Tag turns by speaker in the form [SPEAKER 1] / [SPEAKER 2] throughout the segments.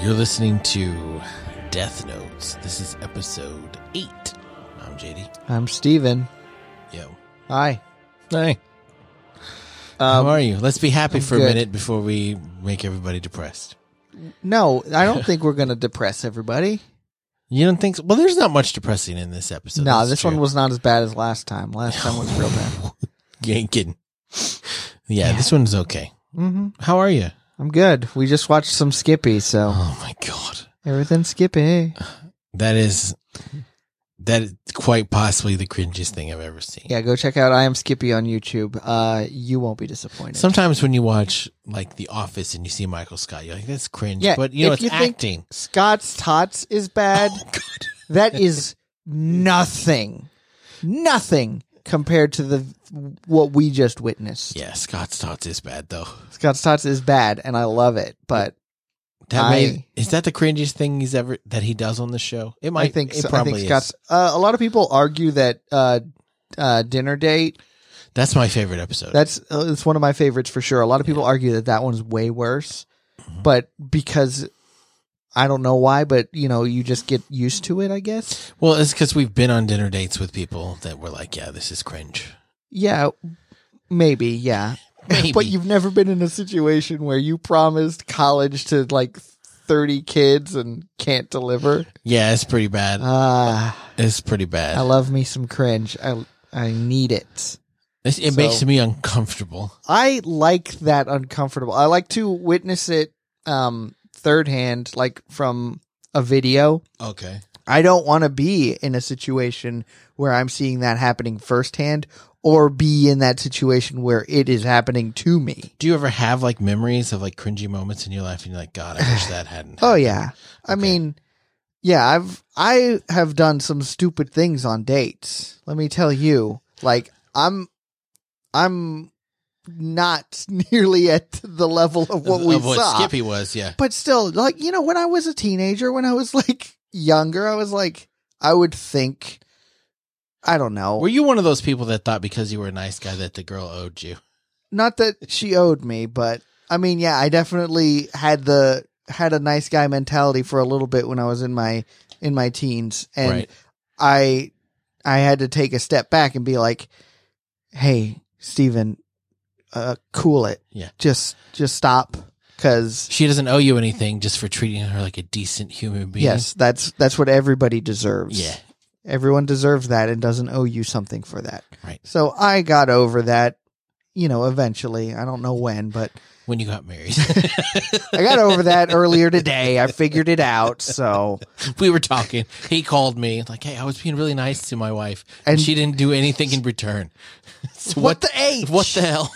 [SPEAKER 1] You're listening to Death Notes. This is episode eight. I'm JD.
[SPEAKER 2] I'm Steven.
[SPEAKER 1] Yo.
[SPEAKER 2] Hi.
[SPEAKER 1] Hey. How
[SPEAKER 2] Um,
[SPEAKER 1] are you? Let's be happy
[SPEAKER 2] I'm
[SPEAKER 1] for a
[SPEAKER 2] good.
[SPEAKER 1] minute before we make everybody depressed.
[SPEAKER 2] No, I don't think we're going to depress everybody.
[SPEAKER 1] You don't think? So? Well, there's not much depressing in this episode.
[SPEAKER 2] no,
[SPEAKER 1] That's
[SPEAKER 2] this
[SPEAKER 1] true.
[SPEAKER 2] one was not as bad as last time. Last time was real bad.
[SPEAKER 1] You ain't kidding. Yeah, this one's okay.
[SPEAKER 2] Mm-hmm.
[SPEAKER 1] How are you?
[SPEAKER 2] I'm good. We just watched some Skippy, so
[SPEAKER 1] Oh my god,
[SPEAKER 2] everything's Skippy.
[SPEAKER 1] that is that is quite possibly the cringiest thing I've ever seen.
[SPEAKER 2] Yeah, go check out I Am Skippy on YouTube. Uh, you won't be disappointed.
[SPEAKER 1] Sometimes when you watch like The Office and you see Michael Scott, you're like, "That's cringe,"
[SPEAKER 2] Yeah,
[SPEAKER 1] but you know
[SPEAKER 2] if
[SPEAKER 1] it's
[SPEAKER 2] you think-
[SPEAKER 1] acting. Oh
[SPEAKER 2] Scott's Tots is bad. that is nothing. Nothing compared to the what we just witnessed.
[SPEAKER 1] Yeah, Scott's thoughts is bad though.
[SPEAKER 2] Scott's Tots is bad and I love it, but
[SPEAKER 1] That
[SPEAKER 2] I-
[SPEAKER 1] may, is that the cringiest thing he's ever that he does on the show? It might.
[SPEAKER 2] I think
[SPEAKER 1] it
[SPEAKER 2] so. I
[SPEAKER 1] probably
[SPEAKER 2] think
[SPEAKER 1] is.
[SPEAKER 2] Scott's. Uh, a lot of people argue that uh, uh, dinner date.
[SPEAKER 1] That's my favorite episode.
[SPEAKER 2] That's uh, it's one of my favorites for sure. A lot of people argue that that one's way worse,
[SPEAKER 1] Mm-hmm.
[SPEAKER 2] but because I don't know why, but you know, you just get used to it. I guess.
[SPEAKER 1] well, it's because we've been on dinner dates with people that were like, "Yeah, this is cringe."
[SPEAKER 2] Yeah, maybe. Yeah,
[SPEAKER 1] Maybe.
[SPEAKER 2] but you've never been in a situation where you promised college to like thirty kids and can't deliver.
[SPEAKER 1] yeah, it's pretty bad. Uh,
[SPEAKER 2] Ah,
[SPEAKER 1] it's pretty bad.
[SPEAKER 2] I love me some cringe. I I need it.
[SPEAKER 1] It's- it
[SPEAKER 2] so-
[SPEAKER 1] makes me uncomfortable.
[SPEAKER 2] I like that uncomfortable. I like to witness it um third hand like from a video.
[SPEAKER 1] Okay.
[SPEAKER 2] I don't want to be in a situation where I'm seeing that happening firsthand or be in that situation where it is happening to me.
[SPEAKER 1] Do you ever have like memories of like cringy moments in your life, and you're like, "God, I wish that hadn't."
[SPEAKER 2] Oh
[SPEAKER 1] happened."
[SPEAKER 2] yeah. I
[SPEAKER 1] Okay.
[SPEAKER 2] mean, yeah, I've I have done some stupid things on dates. Let me tell you. Like I'm I'm not nearly at the level of what we
[SPEAKER 1] Of what
[SPEAKER 2] saw.
[SPEAKER 1] Skippy was. Yeah.
[SPEAKER 2] but still like you know when i was a teenager when i was like younger i was like i would think i don't know
[SPEAKER 1] Were you one of those people that thought because you were a nice guy that the girl owed you?
[SPEAKER 2] not that she owed me but i mean yeah i definitely had the had a nice guy mentality for a little bit when i was in my in my teens and
[SPEAKER 1] right.
[SPEAKER 2] i i had to take a step back and be like hey steven uh cool it
[SPEAKER 1] Yeah.
[SPEAKER 2] just just stop because
[SPEAKER 1] She doesn't owe you anything just for treating her like a decent human being.
[SPEAKER 2] yes that's that's what everybody deserves
[SPEAKER 1] Yeah.
[SPEAKER 2] Everyone deserves that and doesn't owe you something for that.
[SPEAKER 1] Right.
[SPEAKER 2] So I got over that, you know, eventually. I don't know when, but
[SPEAKER 1] When you got married.
[SPEAKER 2] I got over that earlier today. I figured it out. So,
[SPEAKER 1] we were talking. He called me like, "Hey, I was being really nice to my wife, and,
[SPEAKER 2] And-
[SPEAKER 1] she didn't do anything in return. So
[SPEAKER 2] What the H?
[SPEAKER 1] What the hell?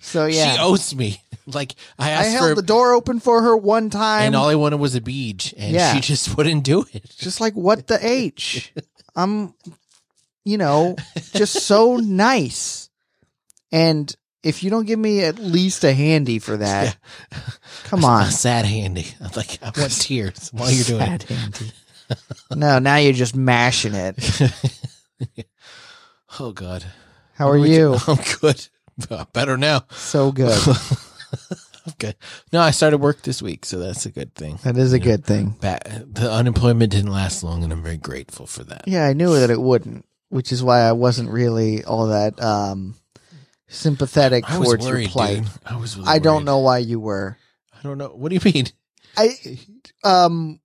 [SPEAKER 2] so yeah.
[SPEAKER 1] She owes me. Like I
[SPEAKER 2] I
[SPEAKER 1] asked
[SPEAKER 2] held
[SPEAKER 1] for,
[SPEAKER 2] the door open for her one time.
[SPEAKER 1] and all I wanted was a beach, and
[SPEAKER 2] Yeah.
[SPEAKER 1] she just wouldn't do it.
[SPEAKER 2] just like, what the H? I'm, you know, just so nice. And if you don't give me at least a handy for that, come on.
[SPEAKER 1] A sad handy. I'm like, I want tears while you're doing it.
[SPEAKER 2] Sad handy. no, now you're just mashing it.
[SPEAKER 1] Oh God,
[SPEAKER 2] How
[SPEAKER 1] What
[SPEAKER 2] are
[SPEAKER 1] do we do?
[SPEAKER 2] you?
[SPEAKER 1] I'm good. Better now.
[SPEAKER 2] So good.
[SPEAKER 1] I'm good. No, I started work this week, so that's a good thing.
[SPEAKER 2] That is a good thing.
[SPEAKER 1] Ba the unemployment didn't last long, and I'm very grateful for that.
[SPEAKER 2] Yeah, I knew that it wouldn't, which is why I wasn't really all that um, sympathetic
[SPEAKER 1] I was
[SPEAKER 2] towards
[SPEAKER 1] worried,
[SPEAKER 2] your plight.
[SPEAKER 1] dude. I was. Really
[SPEAKER 2] I don't
[SPEAKER 1] worried.
[SPEAKER 2] know why you were.
[SPEAKER 1] I don't know. What do you mean?
[SPEAKER 2] I um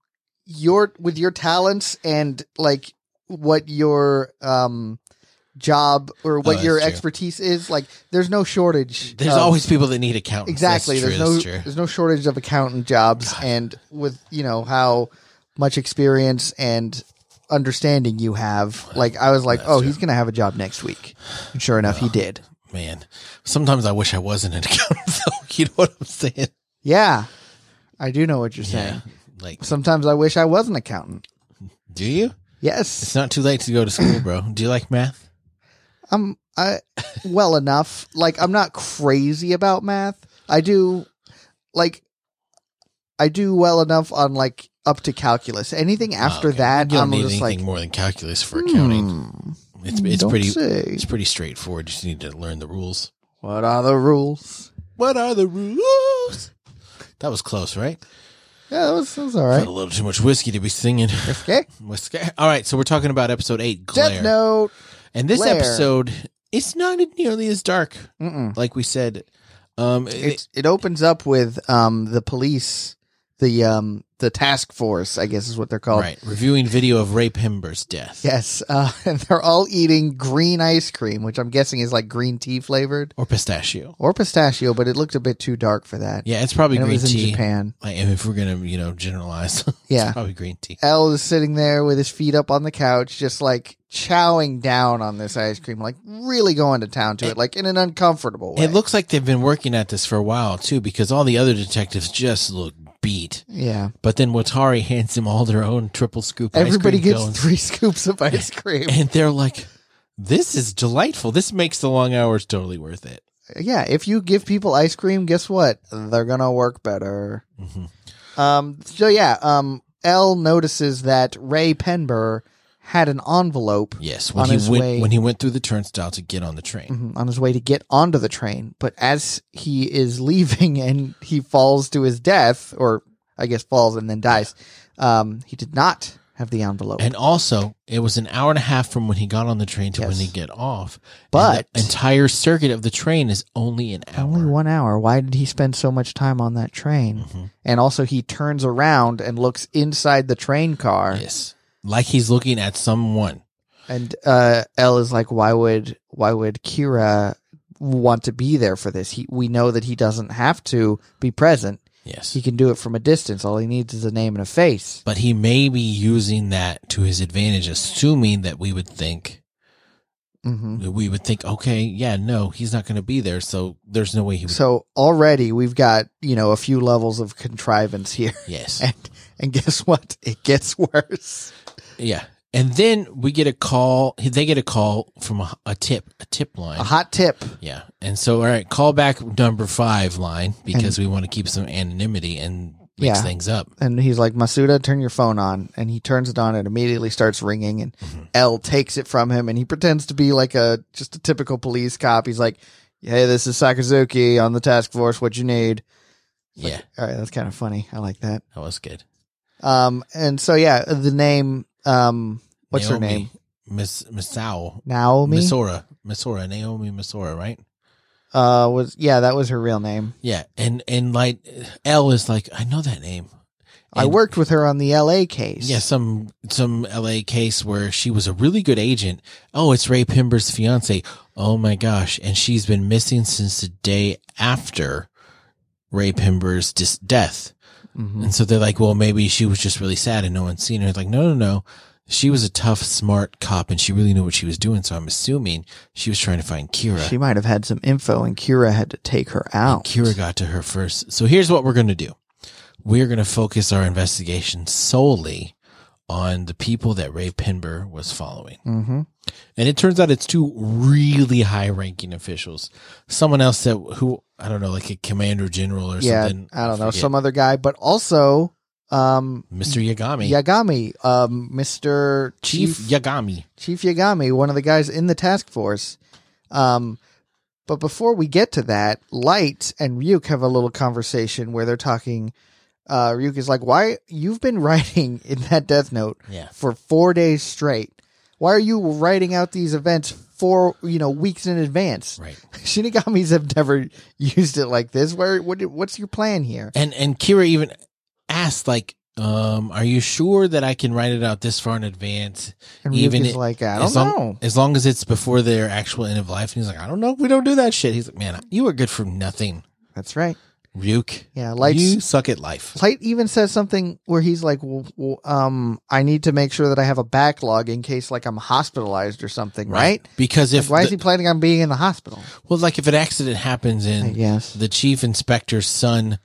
[SPEAKER 2] your with your talents and like what your um job or what
[SPEAKER 1] Oh, that's
[SPEAKER 2] your
[SPEAKER 1] true.
[SPEAKER 2] expertise is, like there's no shortage.
[SPEAKER 1] There's
[SPEAKER 2] of-
[SPEAKER 1] always people that need accountants.
[SPEAKER 2] Um, Exactly.
[SPEAKER 1] That's true.
[SPEAKER 2] there's no
[SPEAKER 1] that's true.
[SPEAKER 2] there's no shortage of accountant jobs, and with you know how much experience and understanding you have, like I was like, oh, he's gonna have a job next week. And sure enough, he did.
[SPEAKER 1] Man, sometimes I wish I wasn't an accountant. Though. You know what I'm saying?
[SPEAKER 2] Yeah, I do know what you're
[SPEAKER 1] Yeah.
[SPEAKER 2] saying.
[SPEAKER 1] Like,
[SPEAKER 2] Sometimes I wish I was an accountant.
[SPEAKER 1] do you? It's
[SPEAKER 2] Yes,
[SPEAKER 1] not too late to go to school, bro. Do you like math?
[SPEAKER 2] I'm I well enough. Like I'm not crazy about math. I do like I do well enough on like up to calculus. Anything after
[SPEAKER 1] Okay.
[SPEAKER 2] that,
[SPEAKER 1] you don't
[SPEAKER 2] I'm
[SPEAKER 1] need
[SPEAKER 2] just
[SPEAKER 1] anything
[SPEAKER 2] like.
[SPEAKER 1] more than calculus for accounting.
[SPEAKER 2] "Hmm,
[SPEAKER 1] It's it's
[SPEAKER 2] Don't
[SPEAKER 1] pretty
[SPEAKER 2] say.
[SPEAKER 1] it's pretty straightforward. You just need to learn the rules.
[SPEAKER 2] What are the rules?
[SPEAKER 1] What are the rules? That was close, right?
[SPEAKER 2] Yeah, that was, that was all
[SPEAKER 1] Had
[SPEAKER 2] right.
[SPEAKER 1] a little too much whiskey to be singing.
[SPEAKER 2] Okay.
[SPEAKER 1] Whiskey. All right, so we're talking about episode eight, Glare.
[SPEAKER 2] Death Note.
[SPEAKER 1] and this
[SPEAKER 2] Glare.
[SPEAKER 1] episode, it's not nearly as dark,
[SPEAKER 2] Mm-mm.
[SPEAKER 1] like we said. Um, it,
[SPEAKER 2] It's, it opens up with um the police, the um the task force, I guess is what they're called.
[SPEAKER 1] right, reviewing video of Ray Pember's death,
[SPEAKER 2] Yes, uh, and they're all eating green ice cream, which I'm guessing is like green tea flavored
[SPEAKER 1] or pistachio.
[SPEAKER 2] or pistachio, but it looked a bit too dark for that.
[SPEAKER 1] Yeah, it's probably
[SPEAKER 2] and it
[SPEAKER 1] green
[SPEAKER 2] was in
[SPEAKER 1] tea.
[SPEAKER 2] Japan.
[SPEAKER 1] Like, if we're gonna, you know, generalize, it's
[SPEAKER 2] Yeah.
[SPEAKER 1] probably green tea.
[SPEAKER 2] L is sitting there with his feet up on the couch, just like chowing down on this ice cream, like really going to town to it, like in an uncomfortable way.
[SPEAKER 1] It looks like they've been working at this for a while too, because all the other detectives just look beat.
[SPEAKER 2] yeah.
[SPEAKER 1] But then Watari hands them all their own triple scoop.
[SPEAKER 2] Everybody
[SPEAKER 1] ice cream
[SPEAKER 2] gets
[SPEAKER 1] cones.
[SPEAKER 2] three scoops of ice cream.
[SPEAKER 1] and they're like, "This is delightful. This makes the long hours totally worth it."
[SPEAKER 2] yeah, if you give people ice cream, guess what? They're gonna work better.
[SPEAKER 1] Mhm.
[SPEAKER 2] Um, so yeah, um, L notices that Ray Penber had an envelope
[SPEAKER 1] Yes, when
[SPEAKER 2] On
[SPEAKER 1] he
[SPEAKER 2] his
[SPEAKER 1] went
[SPEAKER 2] way-
[SPEAKER 1] when he went through the turnstile to get on the train,
[SPEAKER 2] mhm, on his way to get onto the train, but as he is leaving and he falls to his death, or I guess falls and then dies, um, he did not have the envelope.
[SPEAKER 1] and also it was an hour and a half from when he got on the train to when
[SPEAKER 2] Yes.
[SPEAKER 1] he get off. And
[SPEAKER 2] But-
[SPEAKER 1] the entire circuit of the train is only an hour. Mm-hmm.
[SPEAKER 2] only one hour. Why did he spend so much time on that train? And also, he turns around and looks inside the train car.
[SPEAKER 1] Yes, like he's looking at someone.
[SPEAKER 2] And uh, Elle is like, "Why would why would Kira want to be there for this? He, we know that he doesn't have to be present.
[SPEAKER 1] Yes,
[SPEAKER 2] He can do it from a distance. All he needs is a name and a face."
[SPEAKER 1] but he may be using that to his advantage, assuming that we would think
[SPEAKER 2] hmm
[SPEAKER 1] we would think, okay, yeah, no, he's not going to be there, so there's no way he would.
[SPEAKER 2] So already we've got you know a few levels of contrivance here,
[SPEAKER 1] yes,
[SPEAKER 2] and and guess what? It gets worse.
[SPEAKER 1] Yeah. And then we get a call. They get a call from a, a tip, a tip line.
[SPEAKER 2] A hot tip.
[SPEAKER 1] Yeah. And so, all right, call back number five line because we want to keep some anonymity and mix
[SPEAKER 2] Yeah.
[SPEAKER 1] things up.
[SPEAKER 2] And he's like, Masuda, turn your phone on. And he turns it on and immediately starts ringing. And
[SPEAKER 1] Mm-hmm.
[SPEAKER 2] L takes it from him and he pretends to be like a just a typical police cop. He's like, Hey, this is Sakazuki on the task force. What you need? It's like,
[SPEAKER 1] Yeah.
[SPEAKER 2] All right. That's kind of funny. I like that.
[SPEAKER 1] That was good.
[SPEAKER 2] Um, and so, yeah, the name, um, what's her
[SPEAKER 1] Naomi
[SPEAKER 2] name?
[SPEAKER 1] Miss Misao.
[SPEAKER 2] Naomi.
[SPEAKER 1] Misora. Misora. Naomi Misora, right?
[SPEAKER 2] uh, was, yeah, that was her real name.
[SPEAKER 1] Yeah. And, and like, L is like, I know that name.
[SPEAKER 2] I
[SPEAKER 1] And-
[SPEAKER 2] worked with her on the LA case.
[SPEAKER 1] Yeah, some some LA case where she was a really good agent. Oh, it's Ray Pember's fiance. Oh my gosh, and she's been missing since the day after Ray Pember's dis- death.
[SPEAKER 2] Mhm.
[SPEAKER 1] And so they're like, well, maybe she was just really sad and no one's seen her. It's like, no, no, no. She was a tough, smart cop and she really knew what she was doing. So I'm assuming she was trying to find Kira.
[SPEAKER 2] She might have had some info and Kira had to take her out.
[SPEAKER 1] Kira got to her first. So here's what we're going to do. We're going to focus our investigation solely on the people that Ray Pinber was following.
[SPEAKER 2] Mm-hmm.
[SPEAKER 1] And it turns out it's two really high ranking officials. Someone else that who I don't know, like a commander general or
[SPEAKER 2] yeah,
[SPEAKER 1] something.
[SPEAKER 2] I don't know,
[SPEAKER 1] forget.
[SPEAKER 2] some other guy, but also um
[SPEAKER 1] Mr. Yagami.
[SPEAKER 2] Yagami, um Mr.
[SPEAKER 1] Chief
[SPEAKER 2] Chief
[SPEAKER 1] Yagami.
[SPEAKER 2] Chief Yagami, one of the guys in the task force. Um but before we get to that, Light and Ryuk have a little conversation where they're talking uh Ryuk is like, "Why you've been writing in that death note
[SPEAKER 1] Yeah.
[SPEAKER 2] for 4 days straight. Why are you writing out these events for, you know, weeks in advance?"
[SPEAKER 1] Right.
[SPEAKER 2] Shinigamis have never used it like this. Where what what's your plan here?
[SPEAKER 1] And and Kira even asked, like, um, are you sure that I can write it out this far in advance?
[SPEAKER 2] And
[SPEAKER 1] Even
[SPEAKER 2] Even is
[SPEAKER 1] it-
[SPEAKER 2] like, I don't
[SPEAKER 1] as long,
[SPEAKER 2] know.
[SPEAKER 1] As long as it's before their actual end of life. And he's like, I don't know. We don't do that shit. He's like, man, you are good for nothing,
[SPEAKER 2] That's right.
[SPEAKER 1] Ryuk.
[SPEAKER 2] Yeah, Light's,
[SPEAKER 1] you suck at life.
[SPEAKER 2] Light even says something where he's like, well, well, um, I need to make sure that I have a backlog in case like I'm hospitalized or something, right?
[SPEAKER 1] Because if
[SPEAKER 2] Why is
[SPEAKER 1] the-
[SPEAKER 2] he planning on being in the hospital?
[SPEAKER 1] well, like if an accident happens
[SPEAKER 2] I
[SPEAKER 1] and
[SPEAKER 2] guess.
[SPEAKER 1] the chief inspector's son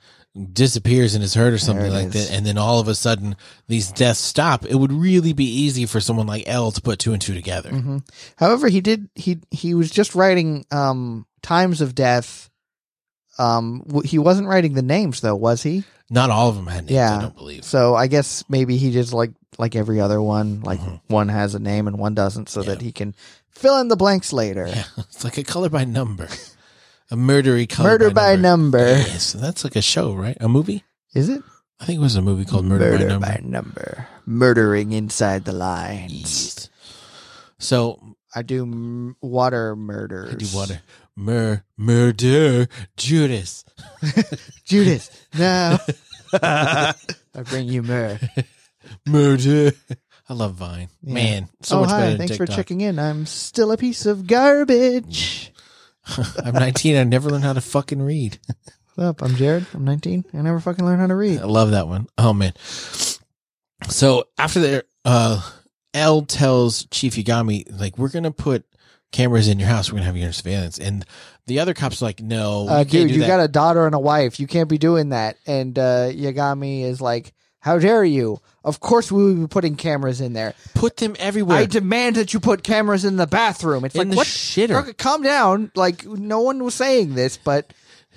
[SPEAKER 1] disappears in his herd or something
[SPEAKER 2] it
[SPEAKER 1] like
[SPEAKER 2] is.
[SPEAKER 1] that, and then all of a sudden these deaths stop, it would really be easy for someone like L to put two and two together.
[SPEAKER 2] hmm However, he did he he was just writing um times of death. Um, w- he wasn't writing the names though, was he?
[SPEAKER 1] Not all of them had names, I
[SPEAKER 2] Yeah.
[SPEAKER 1] don't believe.
[SPEAKER 2] So I guess maybe he just like like every other one, like
[SPEAKER 1] Mhm.
[SPEAKER 2] one has a name and one doesn't, so
[SPEAKER 1] Yeah.
[SPEAKER 2] that he can fill in the blanks later.
[SPEAKER 1] Yeah, it's like a color by number, a murdery color
[SPEAKER 2] Murder by number.
[SPEAKER 1] Yes, that's like a show, right? A movie?
[SPEAKER 2] Is it?
[SPEAKER 1] I think it was a movie called Murder, by Number.
[SPEAKER 2] number. Murdering inside the lines.
[SPEAKER 1] Yeast. So
[SPEAKER 2] I do m- water murders.
[SPEAKER 1] I do water. Mur murder Judas.
[SPEAKER 2] Judas, no. I bring you myrrh.
[SPEAKER 1] murder. I love Vine.
[SPEAKER 2] Yeah.
[SPEAKER 1] Man, so
[SPEAKER 2] oh,
[SPEAKER 1] much
[SPEAKER 2] hi.
[SPEAKER 1] better than
[SPEAKER 2] Thanks
[SPEAKER 1] TikTok.
[SPEAKER 2] for checking in. I'm still a piece of garbage.
[SPEAKER 1] I'm 19. I never learned how to fucking read.
[SPEAKER 2] What's up? I'm Jared. I'm 19. I never fucking learned how to read.
[SPEAKER 1] I love that one. Oh man. So after there, uh, L tells Chief Yagami, like, we're gonna put cameras in your house. We're gonna have you under surveillance. And the other cops are like, no,
[SPEAKER 2] Uh,
[SPEAKER 1] you can't
[SPEAKER 2] dude,
[SPEAKER 1] do
[SPEAKER 2] you
[SPEAKER 1] that.
[SPEAKER 2] got a daughter and a wife. You can't be doing that. And uh, Yagami is like, How dare you? Of course, we will be putting cameras in there.
[SPEAKER 1] put them everywhere
[SPEAKER 2] I demand that you put cameras in the bathroom. It's
[SPEAKER 1] in
[SPEAKER 2] like,
[SPEAKER 1] the
[SPEAKER 2] What?
[SPEAKER 1] shitter.
[SPEAKER 2] Okay, Calm down. Like, no one was saying this, but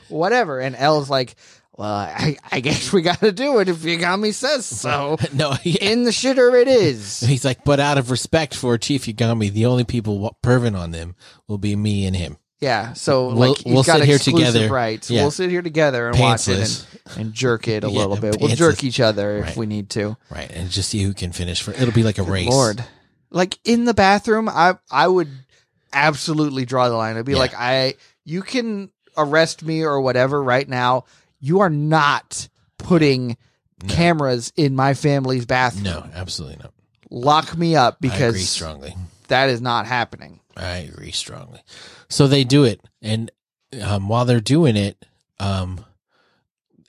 [SPEAKER 2] whatever. And L's like, Well, I, I guess we got to do it if Yagami says so.
[SPEAKER 1] no, he-
[SPEAKER 2] in the shitter, it is.
[SPEAKER 1] he's like, but out of respect for Chief Yagami, the only people wa- perving on them will be me and him.
[SPEAKER 2] Yeah, so
[SPEAKER 1] We'll-
[SPEAKER 2] like he's
[SPEAKER 1] we'll
[SPEAKER 2] got
[SPEAKER 1] sit here
[SPEAKER 2] exclusive
[SPEAKER 1] together.
[SPEAKER 2] rights.
[SPEAKER 1] Yeah.
[SPEAKER 2] We'll sit here together and
[SPEAKER 1] Pantsless.
[SPEAKER 2] watch it and, and jerk it a
[SPEAKER 1] Yeah,
[SPEAKER 2] little bit. We'll
[SPEAKER 1] pantsless.
[SPEAKER 2] jerk each other if
[SPEAKER 1] Right.
[SPEAKER 2] we need to.
[SPEAKER 1] Right, and just see who can finish. For it'll be like a race.
[SPEAKER 2] Lord, like in the bathroom, I I would absolutely draw the line. I'd be
[SPEAKER 1] Yeah.
[SPEAKER 2] like, I you can arrest me or whatever right now. You are not putting
[SPEAKER 1] No.
[SPEAKER 2] cameras in my family's bathroom.
[SPEAKER 1] No, absolutely not.
[SPEAKER 2] Lock me up
[SPEAKER 1] I agree
[SPEAKER 2] because
[SPEAKER 1] strongly.
[SPEAKER 2] that is not happening.
[SPEAKER 1] I agree strongly. So they do it, and um, while they're doing it, um,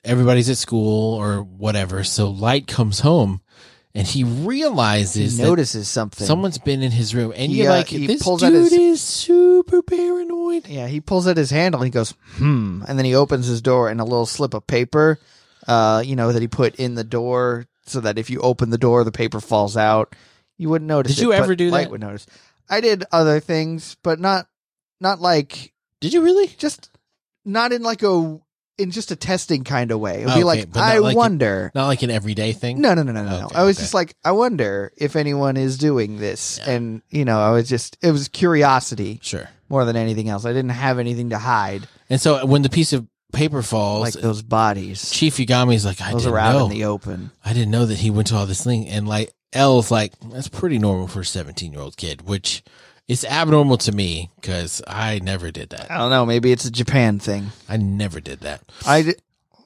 [SPEAKER 1] everybody's at school or whatever. So Light comes home, and he realizes
[SPEAKER 2] he
[SPEAKER 1] that
[SPEAKER 2] notices something.
[SPEAKER 1] someone's been in his room, and
[SPEAKER 2] He,
[SPEAKER 1] you're
[SPEAKER 2] uh,
[SPEAKER 1] like,
[SPEAKER 2] he
[SPEAKER 1] "This
[SPEAKER 2] pulls out
[SPEAKER 1] dude
[SPEAKER 2] his-
[SPEAKER 1] is super paranoid."
[SPEAKER 2] Yeah, he pulls out his handle and he goes, hmm. And then he opens his door and a little slip of paper, uh, you know, that he put in the door so that if you open the door, the paper falls out. You wouldn't notice.
[SPEAKER 1] Did
[SPEAKER 2] it,
[SPEAKER 1] you
[SPEAKER 2] but
[SPEAKER 1] ever do
[SPEAKER 2] Light
[SPEAKER 1] that?
[SPEAKER 2] Would notice. I did other things, but not, not like
[SPEAKER 1] Did you really?
[SPEAKER 2] just not in like a in just a testing kind of way. It'd
[SPEAKER 1] Okay,
[SPEAKER 2] be like
[SPEAKER 1] but not
[SPEAKER 2] I
[SPEAKER 1] like it-
[SPEAKER 2] wonder.
[SPEAKER 1] Not like an everyday thing.
[SPEAKER 2] No, no, no, no, no. no.
[SPEAKER 1] Okay,
[SPEAKER 2] I was
[SPEAKER 1] okay.
[SPEAKER 2] just like, I wonder if anyone is doing this,
[SPEAKER 1] Yeah.
[SPEAKER 2] and you know, I was just it was curiosity
[SPEAKER 1] Sure.
[SPEAKER 2] more than anything else. I didn't have anything to hide.
[SPEAKER 1] And so when the piece of paper falls,
[SPEAKER 2] like those bodies.
[SPEAKER 1] Chief Yagami's like, "I
[SPEAKER 2] Those
[SPEAKER 1] didn't
[SPEAKER 2] are out
[SPEAKER 1] know."
[SPEAKER 2] in the open.
[SPEAKER 1] I didn't know that he went to all this thing. And like L's like, that's pretty normal for a 17 year old kid, which is abnormal to me because I never did
[SPEAKER 2] I
[SPEAKER 1] that.
[SPEAKER 2] don't know. Maybe it's a Japan thing.
[SPEAKER 1] I never did that.
[SPEAKER 2] I, d-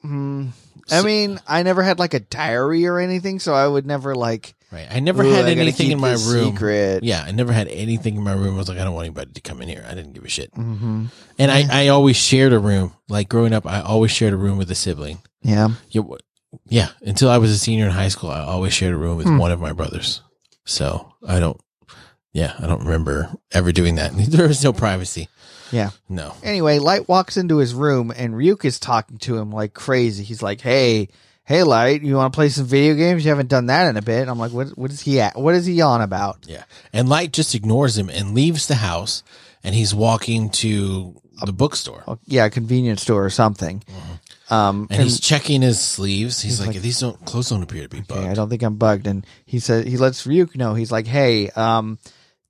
[SPEAKER 2] hmm. I mean, I never had like a diary or anything, so I would never like.
[SPEAKER 1] Right. I never
[SPEAKER 2] "Ooh,
[SPEAKER 1] had
[SPEAKER 2] I gotta
[SPEAKER 1] anything
[SPEAKER 2] keep
[SPEAKER 1] in my
[SPEAKER 2] this
[SPEAKER 1] room.
[SPEAKER 2] Secret.
[SPEAKER 1] Yeah. I never had anything in my room. I was like, I don't want anybody to come in here. I didn't give a shit.
[SPEAKER 2] hmm
[SPEAKER 1] And
[SPEAKER 2] Yeah.
[SPEAKER 1] I, I always shared a room. Like growing up, I always shared a room with a sibling.
[SPEAKER 2] Yeah.
[SPEAKER 1] Yeah. wh- Yeah. Until I was a senior in high school, I always shared a room with
[SPEAKER 2] Hmm.
[SPEAKER 1] one of my brothers. So I don't, yeah, I don't remember ever doing that. There was no privacy.
[SPEAKER 2] Yeah.
[SPEAKER 1] No.
[SPEAKER 2] Anyway, Light walks into his room and Ryuk is talking to him like crazy. He's like, "Hey, hey, Light, you want to play some video games? You haven't done that in a bit." And I'm like, "What? What is he at? What is he on about?"
[SPEAKER 1] Yeah. And Light just ignores him and leaves the house and he's walking to the bookstore.
[SPEAKER 2] Oh, yeah, a convenience store or something. Um,
[SPEAKER 1] Uh-huh. And he's checking his sleeves. He's,
[SPEAKER 2] he's
[SPEAKER 1] like,
[SPEAKER 2] like,
[SPEAKER 1] these don't clothes don't appear to be
[SPEAKER 2] Okay, I
[SPEAKER 1] bugged.
[SPEAKER 2] don't think I'm bugged. And he said he lets Ryuk know. He's like, "Hey, um,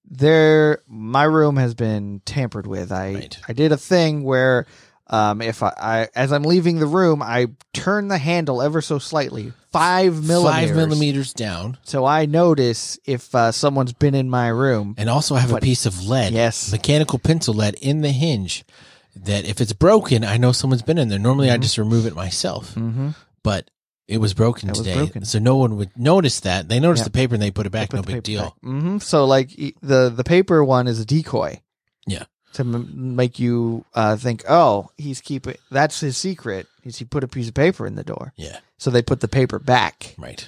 [SPEAKER 2] there, my room has been tampered with. I
[SPEAKER 1] Right.
[SPEAKER 2] I did a thing where, um, if I, I as I'm leaving the room, I turn the handle ever so slightly, five millimeters.
[SPEAKER 1] Five millimeters down.
[SPEAKER 2] So I notice if uh, someone's been in my room.
[SPEAKER 1] And also I have a
[SPEAKER 2] What-
[SPEAKER 1] piece of lead.
[SPEAKER 2] Yes.
[SPEAKER 1] Mechanical pencil lead in the hinge that if it's broken, I know someone's been in there. Normally I just remove it myself.
[SPEAKER 2] Mm-hmm.
[SPEAKER 1] But it was broken
[SPEAKER 2] It was
[SPEAKER 1] today.
[SPEAKER 2] broken.
[SPEAKER 1] So no one would notice that. They noticed
[SPEAKER 2] Yeah.
[SPEAKER 1] the paper and they put it back, no big deal.
[SPEAKER 2] hmm So like e- the the paper one is a decoy.
[SPEAKER 1] Yeah.
[SPEAKER 2] To m- make you uh, think, oh, he's keeping. That's his secret. Is he put a piece of paper in the door?
[SPEAKER 1] Yeah.
[SPEAKER 2] So they put the paper back.
[SPEAKER 1] Right.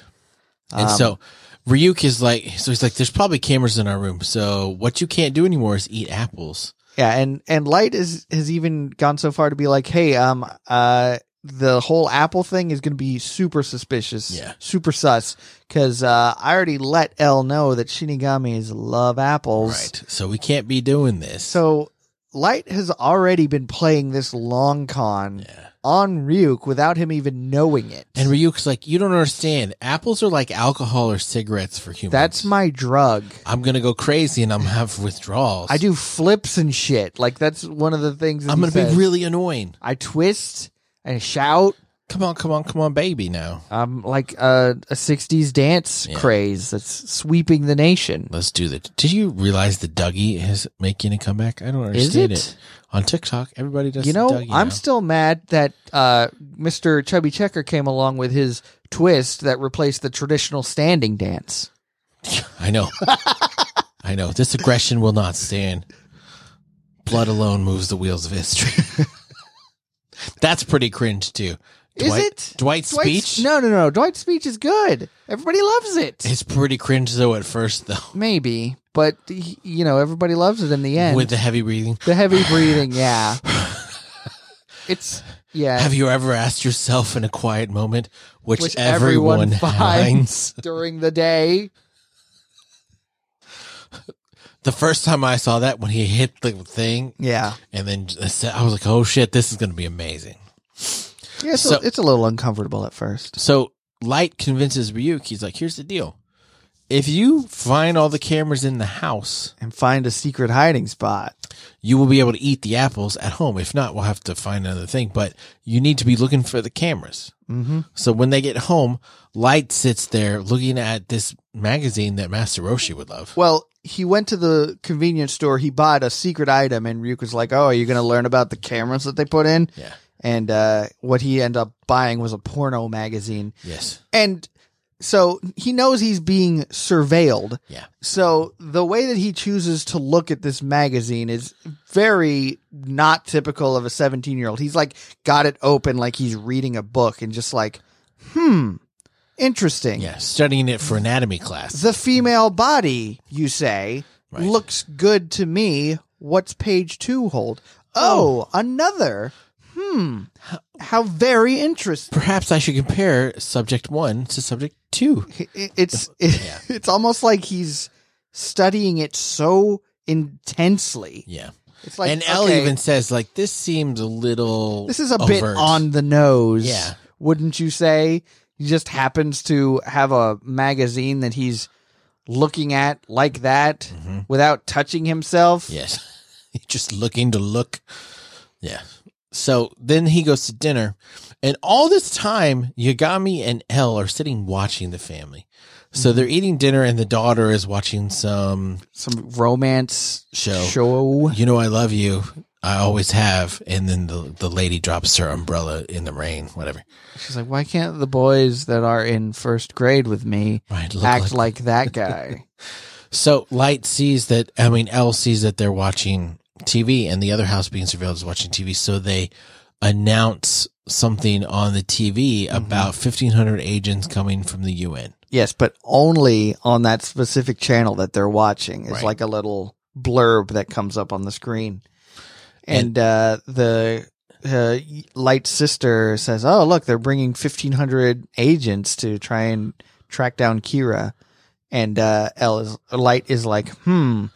[SPEAKER 1] And
[SPEAKER 2] Um,
[SPEAKER 1] so Ryuk is like, so he's like, there's probably cameras in our room. So what you can't do anymore is eat apples.
[SPEAKER 2] yeah, and and Light is has even gone so far to be like, hey, um, uh, the whole Apple thing is going to be super suspicious,
[SPEAKER 1] Yeah.
[SPEAKER 2] super sus, because uh, I already let Elle know that Shinigamis love apples,
[SPEAKER 1] Right. So we can't be doing this.
[SPEAKER 2] So Light has already been playing this long con
[SPEAKER 1] yeah.
[SPEAKER 2] on Ryuk without him even knowing it.
[SPEAKER 1] And Ryuk's like, you don't understand. Apples are like alcohol or cigarettes for humans.
[SPEAKER 2] that's my drug.
[SPEAKER 1] I'm gonna go crazy and I'm have withdrawals.
[SPEAKER 2] I do flips and shit. Like that's one of the things. That
[SPEAKER 1] I'm
[SPEAKER 2] he
[SPEAKER 1] gonna
[SPEAKER 2] says.
[SPEAKER 1] be really annoying.
[SPEAKER 2] I twist and shout
[SPEAKER 1] Come on, come on, come on, baby now.
[SPEAKER 2] Um, like a, a 60s dance
[SPEAKER 1] Yeah.
[SPEAKER 2] craze that's sweeping the nation.
[SPEAKER 1] Let's do that. Did you realize that Dougie is making a comeback? I don't
[SPEAKER 2] Is
[SPEAKER 1] understand
[SPEAKER 2] it?
[SPEAKER 1] it? On TikTok, everybody does
[SPEAKER 2] You know,
[SPEAKER 1] Dougie
[SPEAKER 2] I'm
[SPEAKER 1] now.
[SPEAKER 2] still mad that uh, Mr. Chubby Checker came along with his twist that replaced the traditional standing dance.
[SPEAKER 1] I know. I know. This aggression will not stand. Blood alone moves the wheels of history. That's pretty cringe too.
[SPEAKER 2] Is
[SPEAKER 1] Dwight,
[SPEAKER 2] it?
[SPEAKER 1] Dwight's,
[SPEAKER 2] Dwight's-
[SPEAKER 1] speech?
[SPEAKER 2] No, no, no. Dwight's speech is good. Everybody loves it.
[SPEAKER 1] It's pretty cringe though at first though.
[SPEAKER 2] Maybe, but y- you know, everybody loves it in the end.
[SPEAKER 1] With the heavy breathing.
[SPEAKER 2] the heavy breathing, yeah. it's yeah.
[SPEAKER 1] Have you ever asked yourself in a quiet moment, which,
[SPEAKER 2] Uh, Which everyone
[SPEAKER 1] everyone,
[SPEAKER 2] finds.
[SPEAKER 1] finds?
[SPEAKER 2] during the day.
[SPEAKER 1] The first time I saw that, when he hit the thing,
[SPEAKER 2] Yeah.
[SPEAKER 1] and then I said- I was like, "Oh shit, this is going to be amazing."
[SPEAKER 2] Yeah, it's,
[SPEAKER 1] So-
[SPEAKER 2] a, it's a little uncomfortable at first.
[SPEAKER 1] So Light convinces Ryuk. He's like, "Here's the deal: if you find all the cameras in the house,
[SPEAKER 2] And find a secret hiding spot.
[SPEAKER 1] you will be able to eat the apples at home. If not, we'll have to find another thing. But you need to be looking for the cameras."
[SPEAKER 2] Mm-hmm.
[SPEAKER 1] So when they get home, Light sits there looking at this magazine that Master Roshi would love.
[SPEAKER 2] Well, he went to the convenience store. He bought a secret item, and Ryuk was like, "Oh, are you going to learn about the cameras that they put in?"
[SPEAKER 1] Yeah.
[SPEAKER 2] And uh, what he ended up buying was a porno magazine,
[SPEAKER 1] Yes.
[SPEAKER 2] and so he knows he's being surveilled.
[SPEAKER 1] Yeah.
[SPEAKER 2] So the way that he chooses to look at this magazine is very not typical of a 17 year old. He's like got it open like he's reading a book and just like, hmm, interesting.
[SPEAKER 1] Yeah, studying it for anatomy class.
[SPEAKER 2] The female body, you say,
[SPEAKER 1] Right.
[SPEAKER 2] looks good to me. What's page two hold? Oh, another. Hmm. How very interesting.
[SPEAKER 1] Perhaps I should compare subject one to subject two.
[SPEAKER 2] It- It's it-
[SPEAKER 1] Yeah.
[SPEAKER 2] it's almost like he's studying it so intensely.
[SPEAKER 1] Yeah.
[SPEAKER 2] It's like
[SPEAKER 1] and Elle
[SPEAKER 2] okay,
[SPEAKER 1] even says, like, this seems a little.
[SPEAKER 2] this is a bit
[SPEAKER 1] overt.
[SPEAKER 2] on the nose.
[SPEAKER 1] Yeah.
[SPEAKER 2] Wouldn't you say? He just happens to have a magazine that he's looking at like that
[SPEAKER 1] Mhm.
[SPEAKER 2] without touching himself.
[SPEAKER 1] Yes. Just looking to look. Yeah. So then he goes to dinner. And all this time, Yagami and Elle are sitting watching the family. So
[SPEAKER 2] Mm-hmm.
[SPEAKER 1] they're eating dinner, and the daughter is watching some
[SPEAKER 2] Some romance
[SPEAKER 1] show.
[SPEAKER 2] show.
[SPEAKER 1] You know, I love you. I always have. And then the, the lady drops her umbrella in the rain, whatever.
[SPEAKER 2] She's like, why can't the boys that are in first grade with me
[SPEAKER 1] Right. look
[SPEAKER 2] act like that guy?
[SPEAKER 1] So Light sees that, I mean, Elle sees that they're watching TV and the other house being surveilled is watching TV. So they announce something on the TV
[SPEAKER 2] Mm-hmm.
[SPEAKER 1] about 1,500 agents coming from the UN.
[SPEAKER 2] yes, but only on that specific channel that they're watching. It's
[SPEAKER 1] Right.
[SPEAKER 2] like a little blurb that comes up on the screen. And uh, the uh, light sister says, oh, look, they're bringing 1,500 agents to try and track down Kira. And uh, Elle is, Light is like, hmm.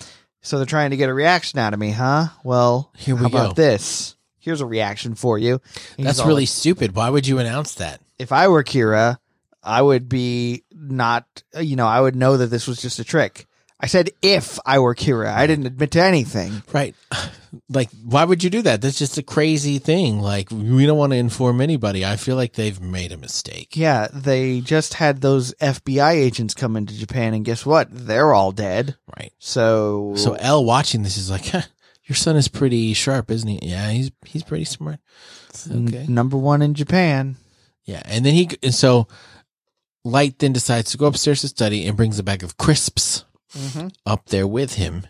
[SPEAKER 2] So they're trying to get a reaction out of me, huh? Well,
[SPEAKER 1] Here we
[SPEAKER 2] How about
[SPEAKER 1] go.
[SPEAKER 2] this? Here's a reaction for you. And he's
[SPEAKER 1] That's
[SPEAKER 2] all
[SPEAKER 1] really
[SPEAKER 2] like,
[SPEAKER 1] stupid. Why would you announce that?
[SPEAKER 2] if I were Kira, I would be not. uh, You know, I would know that this was just a trick. I said if I were Kira, I didn't admit to anything.
[SPEAKER 1] Right. Like, why would you do that? That's just a crazy thing. Like, we don't want to inform anybody. I feel like they've made a mistake.
[SPEAKER 2] Yeah, they just had those FBI agents come into Japan, and guess what? They're all dead.
[SPEAKER 1] Right.
[SPEAKER 2] So,
[SPEAKER 1] So Elle watching this is like, huh, your son is pretty sharp, isn't he? Yeah, he's he's pretty smart.
[SPEAKER 2] n-
[SPEAKER 1] Okay.
[SPEAKER 2] number one in Japan.
[SPEAKER 1] Yeah, and then he and so Light then decides to go upstairs to study and brings a bag of crisps
[SPEAKER 2] Mm-hmm.
[SPEAKER 1] up there with him.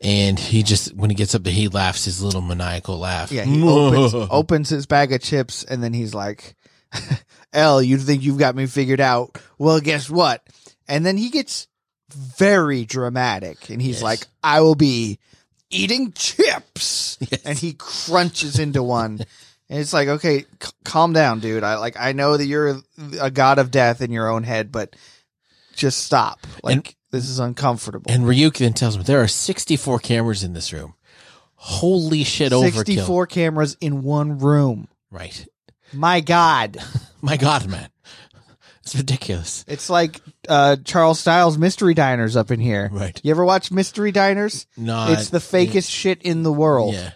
[SPEAKER 1] And he just when he gets up there, he laughs his little maniacal laugh.
[SPEAKER 2] Yeah, he opens, opens his bag of chips, and then he's like, "L, you think you've got me figured out? Well, guess what?" And then he gets very dramatic, and he's
[SPEAKER 1] Yes.
[SPEAKER 2] like, "I will be eating chips,"
[SPEAKER 1] Yes.
[SPEAKER 2] and he crunches into one. And it's like, okay, c- calm down, dude. I like, I know that you're a god of death in your own head, but just stop. Like,
[SPEAKER 1] And-
[SPEAKER 2] this is uncomfortable.
[SPEAKER 1] And Ryuk then tells him there are sixty four cameras in this room. Holy shit, overkill!
[SPEAKER 2] Sixty-four cameras in one room.
[SPEAKER 1] Right,
[SPEAKER 2] My God.
[SPEAKER 1] my god, man, it's ridiculous.
[SPEAKER 2] It's like uh, Charles Styles Mystery Diners up in here.
[SPEAKER 1] Right,
[SPEAKER 2] You ever watch Mystery Diners?
[SPEAKER 1] not
[SPEAKER 2] It's the fakest shit in the world.
[SPEAKER 1] Uh, Yeah,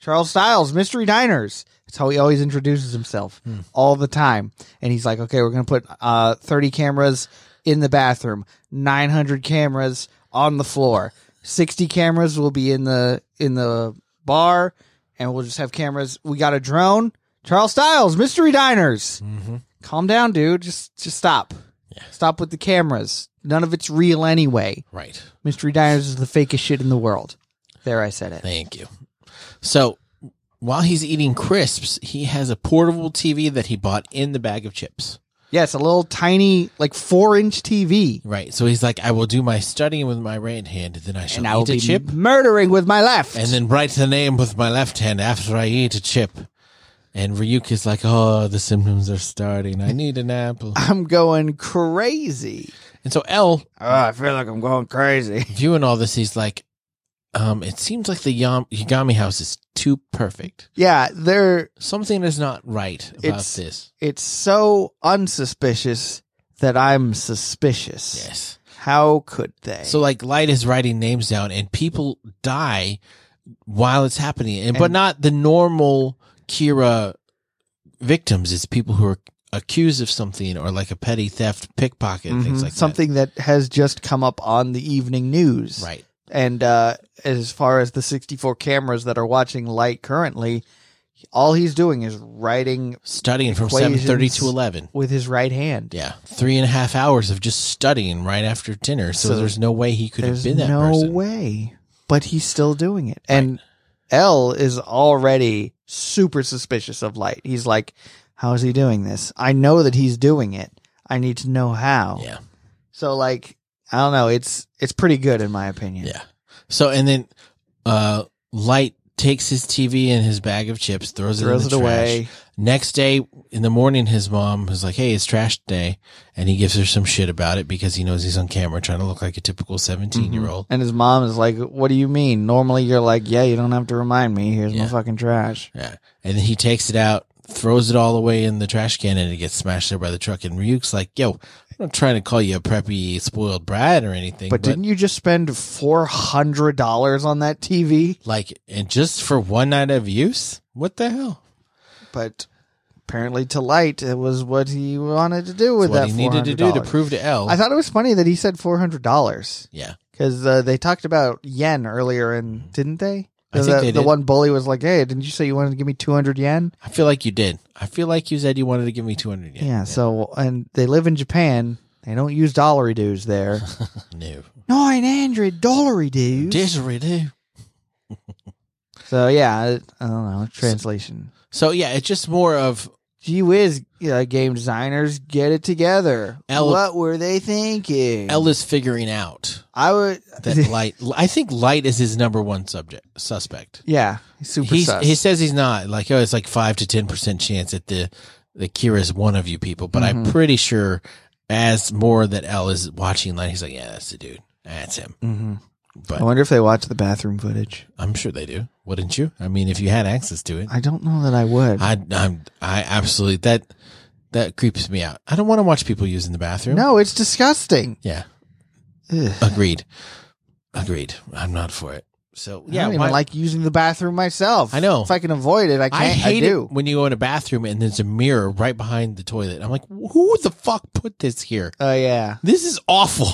[SPEAKER 2] Charles Styles, Mystery Diners. That's how he always introduces himself
[SPEAKER 1] Hmm.
[SPEAKER 2] all the time. And he's like, okay, we're going to put uh, 30 cameras in the bathroom, 900 cameras on the floor, 60 cameras will be in the in the bar, and we'll just have cameras. We got a drone. Charles Styles, Mystery Diners.
[SPEAKER 1] Mm-hmm.
[SPEAKER 2] Calm down, dude. Just just stop.
[SPEAKER 1] Yeah.
[SPEAKER 2] Stop with the cameras. None of it's real anyway.
[SPEAKER 1] Right.
[SPEAKER 2] Mystery Diners is the fakest shit in the world. There, I said it.
[SPEAKER 1] Thank you. So while he's eating crisps, he has a portable TV that he bought in the bag of chips.
[SPEAKER 2] Yes, a little tiny, like four inch TV,
[SPEAKER 1] Right. So he's like, I will do my studying with my right hand, then I shall
[SPEAKER 2] and
[SPEAKER 1] eat
[SPEAKER 2] I will
[SPEAKER 1] a
[SPEAKER 2] be
[SPEAKER 1] chip,
[SPEAKER 2] murdering with my left.
[SPEAKER 1] and then write the name with my left hand after I eat a chip. And Ryuki's like, Oh, the symptoms are starting. I need an apple.
[SPEAKER 2] I'm going crazy.
[SPEAKER 1] And so L,
[SPEAKER 2] Oh, I feel like I'm going crazy.
[SPEAKER 1] viewing all this, he's like, um, it seems like the Yam- Yagami house is too perfect.
[SPEAKER 2] Yeah, they're
[SPEAKER 1] Something is not right about
[SPEAKER 2] It's-
[SPEAKER 1] this.
[SPEAKER 2] it's so unsuspicious that I'm suspicious.
[SPEAKER 1] Yes.
[SPEAKER 2] How could they?
[SPEAKER 1] So like light is writing names down and people die while it's happening. And, but
[SPEAKER 2] And-
[SPEAKER 1] not the normal Kira victims. It's people who are accused of something or like a petty theft, pickpocket,
[SPEAKER 2] Mhm.
[SPEAKER 1] things like
[SPEAKER 2] something that. has just come up on the evening news.
[SPEAKER 1] that. Right.
[SPEAKER 2] And uh, as far as the 64 cameras that are watching Light currently, all he's doing is writing
[SPEAKER 1] Studying from seven
[SPEAKER 2] Equations.
[SPEAKER 1] thirty to eleven.
[SPEAKER 2] with his right hand.
[SPEAKER 1] Yeah. Three and a half hours of just studying right after dinner. So,
[SPEAKER 2] So
[SPEAKER 1] there's no way he could have
[SPEAKER 2] There's
[SPEAKER 1] been that
[SPEAKER 2] no
[SPEAKER 1] person.
[SPEAKER 2] way, but he's still doing it. And L is already super suspicious of Light. He's like, "How is he doing this? I know that he's doing it. I need to know how."
[SPEAKER 1] Yeah.
[SPEAKER 2] So like, I don't know. It's it's pretty good in my opinion.
[SPEAKER 1] Yeah. So and then uh Light takes his TV and his bag of chips, throws,
[SPEAKER 2] Throws
[SPEAKER 1] it in
[SPEAKER 2] it
[SPEAKER 1] the trash.
[SPEAKER 2] away.
[SPEAKER 1] Next day in the morning, his mom was like, Hey, it's trash day. And he gives her some shit about it because he knows he's on camera trying to look like a typical 17 year old.
[SPEAKER 2] And his mom is like, "What do you mean? Normally you're like, yeah, you don't have to remind me. Here's
[SPEAKER 1] Yeah.
[SPEAKER 2] my fucking trash."
[SPEAKER 1] Yeah.
[SPEAKER 2] Mm-hmm.
[SPEAKER 1] And then he takes it out, throws it all away in the trash can, and it gets smashed there by the truck. And Ryuk's like, Yo, I'm not trying to call you a preppy, spoiled brat or anything,
[SPEAKER 2] But
[SPEAKER 1] but,
[SPEAKER 2] didn't you just spend four hundred dollars on that TV?
[SPEAKER 1] like, and just for one night of use? What the hell?
[SPEAKER 2] But apparently, to light, it was what he wanted to do with
[SPEAKER 1] That's
[SPEAKER 2] that.
[SPEAKER 1] what he needed to do to
[SPEAKER 2] $400.
[SPEAKER 1] prove to L.
[SPEAKER 2] I thought it was funny that he said four hundred dollars
[SPEAKER 1] yeah.
[SPEAKER 2] because uh, they talked about yen earlier, and didn't they?
[SPEAKER 1] I think
[SPEAKER 2] the,
[SPEAKER 1] they
[SPEAKER 2] the
[SPEAKER 1] did.
[SPEAKER 2] one bully was like, "Hey, didn't you say you wanted to give me two hundred yen?"
[SPEAKER 1] I feel like you did. I feel like you said you wanted to give me 200
[SPEAKER 2] Yeah,
[SPEAKER 1] yen.
[SPEAKER 2] So, and they live in Japan. They don't use dollary dues there.
[SPEAKER 1] No.
[SPEAKER 2] Nine hundred dollary dues.
[SPEAKER 1] Disagree, do.
[SPEAKER 2] So yeah, I, I don't know translation.
[SPEAKER 1] So yeah, it's just more of
[SPEAKER 2] Gee whiz, uh, game designers, get it together.
[SPEAKER 1] L-
[SPEAKER 2] what were they thinking?
[SPEAKER 1] L is figuring out
[SPEAKER 2] I would.
[SPEAKER 1] that light. I think light is his number one subject suspect.
[SPEAKER 2] yeah, he's super
[SPEAKER 1] He's,
[SPEAKER 2] sus.
[SPEAKER 1] he says he's not like oh, it's like five to ten percent chance that the the cure is one of you people, but I'm
[SPEAKER 2] Mhm.
[SPEAKER 1] pretty sure as more that L is watching light, he's like yeah, that's the dude, that's him.
[SPEAKER 2] Mhm. I
[SPEAKER 1] But
[SPEAKER 2] wonder if they watch the bathroom footage.
[SPEAKER 1] I'm sure they do, wouldn't you? I mean, if you had access to it,
[SPEAKER 2] I don't know that I would.
[SPEAKER 1] I I'm, I absolutely that that creeps me out. I don't want to watch people using the bathroom.
[SPEAKER 2] no, it's disgusting.
[SPEAKER 1] Yeah.
[SPEAKER 2] Ugh.
[SPEAKER 1] Agreed. Agreed. I'm not for it. So
[SPEAKER 2] I
[SPEAKER 1] yeah,
[SPEAKER 2] don't even
[SPEAKER 1] why-
[SPEAKER 2] like using the bathroom myself.
[SPEAKER 1] I know.
[SPEAKER 2] If I can avoid it, I can't.
[SPEAKER 1] I
[SPEAKER 2] I,
[SPEAKER 1] hate
[SPEAKER 2] do.
[SPEAKER 1] it when you go in a bathroom and there's a mirror right behind the toilet. I'm like, who the fuck put this here?
[SPEAKER 2] Oh yeah.
[SPEAKER 1] This is awful.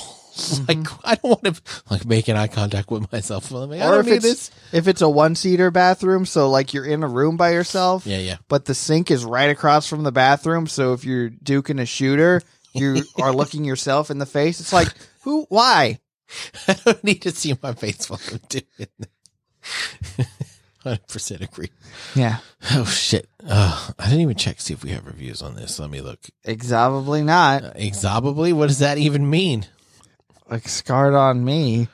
[SPEAKER 1] like I don't want to like making eye contact with myself. I'm like, I
[SPEAKER 2] Or
[SPEAKER 1] don't
[SPEAKER 2] if
[SPEAKER 1] need
[SPEAKER 2] it's
[SPEAKER 1] this.
[SPEAKER 2] if it's a one seater bathroom, so like you're in a room by yourself,
[SPEAKER 1] Yeah, yeah.
[SPEAKER 2] but the sink is right across from the bathroom. So if you're duking a shooter, you are looking yourself in the face. It's like who? Why?
[SPEAKER 1] I don't need to see my face while I'm doing it. 100% agree.
[SPEAKER 2] Yeah.
[SPEAKER 1] Oh, shit. Uh, I didn't even check to see if we have reviews on this. Let me look.
[SPEAKER 2] Exobably not.
[SPEAKER 1] Uh, exobably? What does that even mean?
[SPEAKER 2] Like scarred on me.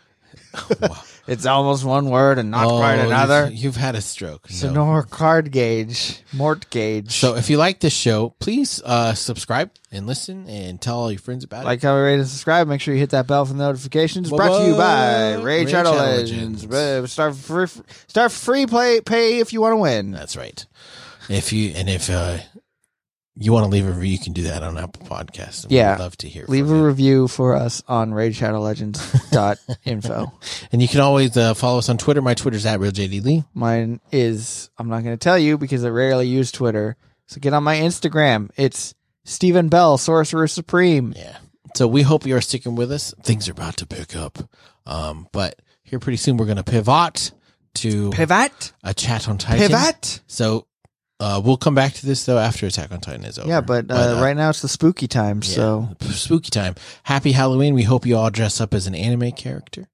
[SPEAKER 1] Wow.
[SPEAKER 2] It's almost one word and not quite
[SPEAKER 1] Oh,
[SPEAKER 2] another.
[SPEAKER 1] You've, you've had a stroke.
[SPEAKER 2] So
[SPEAKER 1] No.
[SPEAKER 2] no card gauge, mort gauge.
[SPEAKER 1] So if you like this show, please uh, subscribe and listen and tell all your friends about
[SPEAKER 2] Like, comment, rate, and subscribe. Make sure you hit that bell for the notifications. Brought to you by
[SPEAKER 1] Whoa,
[SPEAKER 2] Raid
[SPEAKER 1] Raid
[SPEAKER 2] Shadow
[SPEAKER 1] Shadow
[SPEAKER 2] Legends.
[SPEAKER 1] Legends.
[SPEAKER 2] Uh, Start for free, start for free play, pay if you want to
[SPEAKER 1] it.
[SPEAKER 2] win.
[SPEAKER 1] That's right. If you and if uh, you want to leave a review, you can do that on Apple Podcasts. We'd
[SPEAKER 2] Yeah.
[SPEAKER 1] love to hear.
[SPEAKER 2] Leave
[SPEAKER 1] from
[SPEAKER 2] a
[SPEAKER 1] you.
[SPEAKER 2] review for us on raidshadowlegends.info.
[SPEAKER 1] and you can always uh, follow us on Twitter. My Twitter's at realjdlee.
[SPEAKER 2] Mine is I'm not going to tell you because I rarely use Twitter. So get on my Instagram. It's Stephen Bell, Sorcerer Supreme.
[SPEAKER 1] Yeah. So we hope you are sticking with us. Things are about to pick up, um, but here pretty soon we're going to pivot to
[SPEAKER 2] Pivot,
[SPEAKER 1] a chat on Titan.
[SPEAKER 2] pivot.
[SPEAKER 1] So uh, we'll come back to this though after Attack on Titan is over.
[SPEAKER 2] Yeah, but, uh, right now it's the spooky time. So
[SPEAKER 1] yeah, spooky time. Happy Halloween. We hope you all dress up as an anime character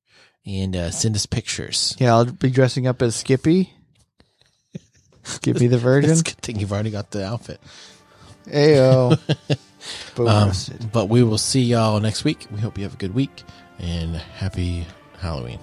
[SPEAKER 1] and uh, send us pictures.
[SPEAKER 2] yeah, I'll be dressing up as Skippy. Skippy the Virgin.
[SPEAKER 1] It's a good thing you've already got the outfit.
[SPEAKER 2] Ayo. Boom.
[SPEAKER 1] Um,
[SPEAKER 2] roasted.
[SPEAKER 1] but we will see y'all next week. We hope you have a good week and happy Halloween.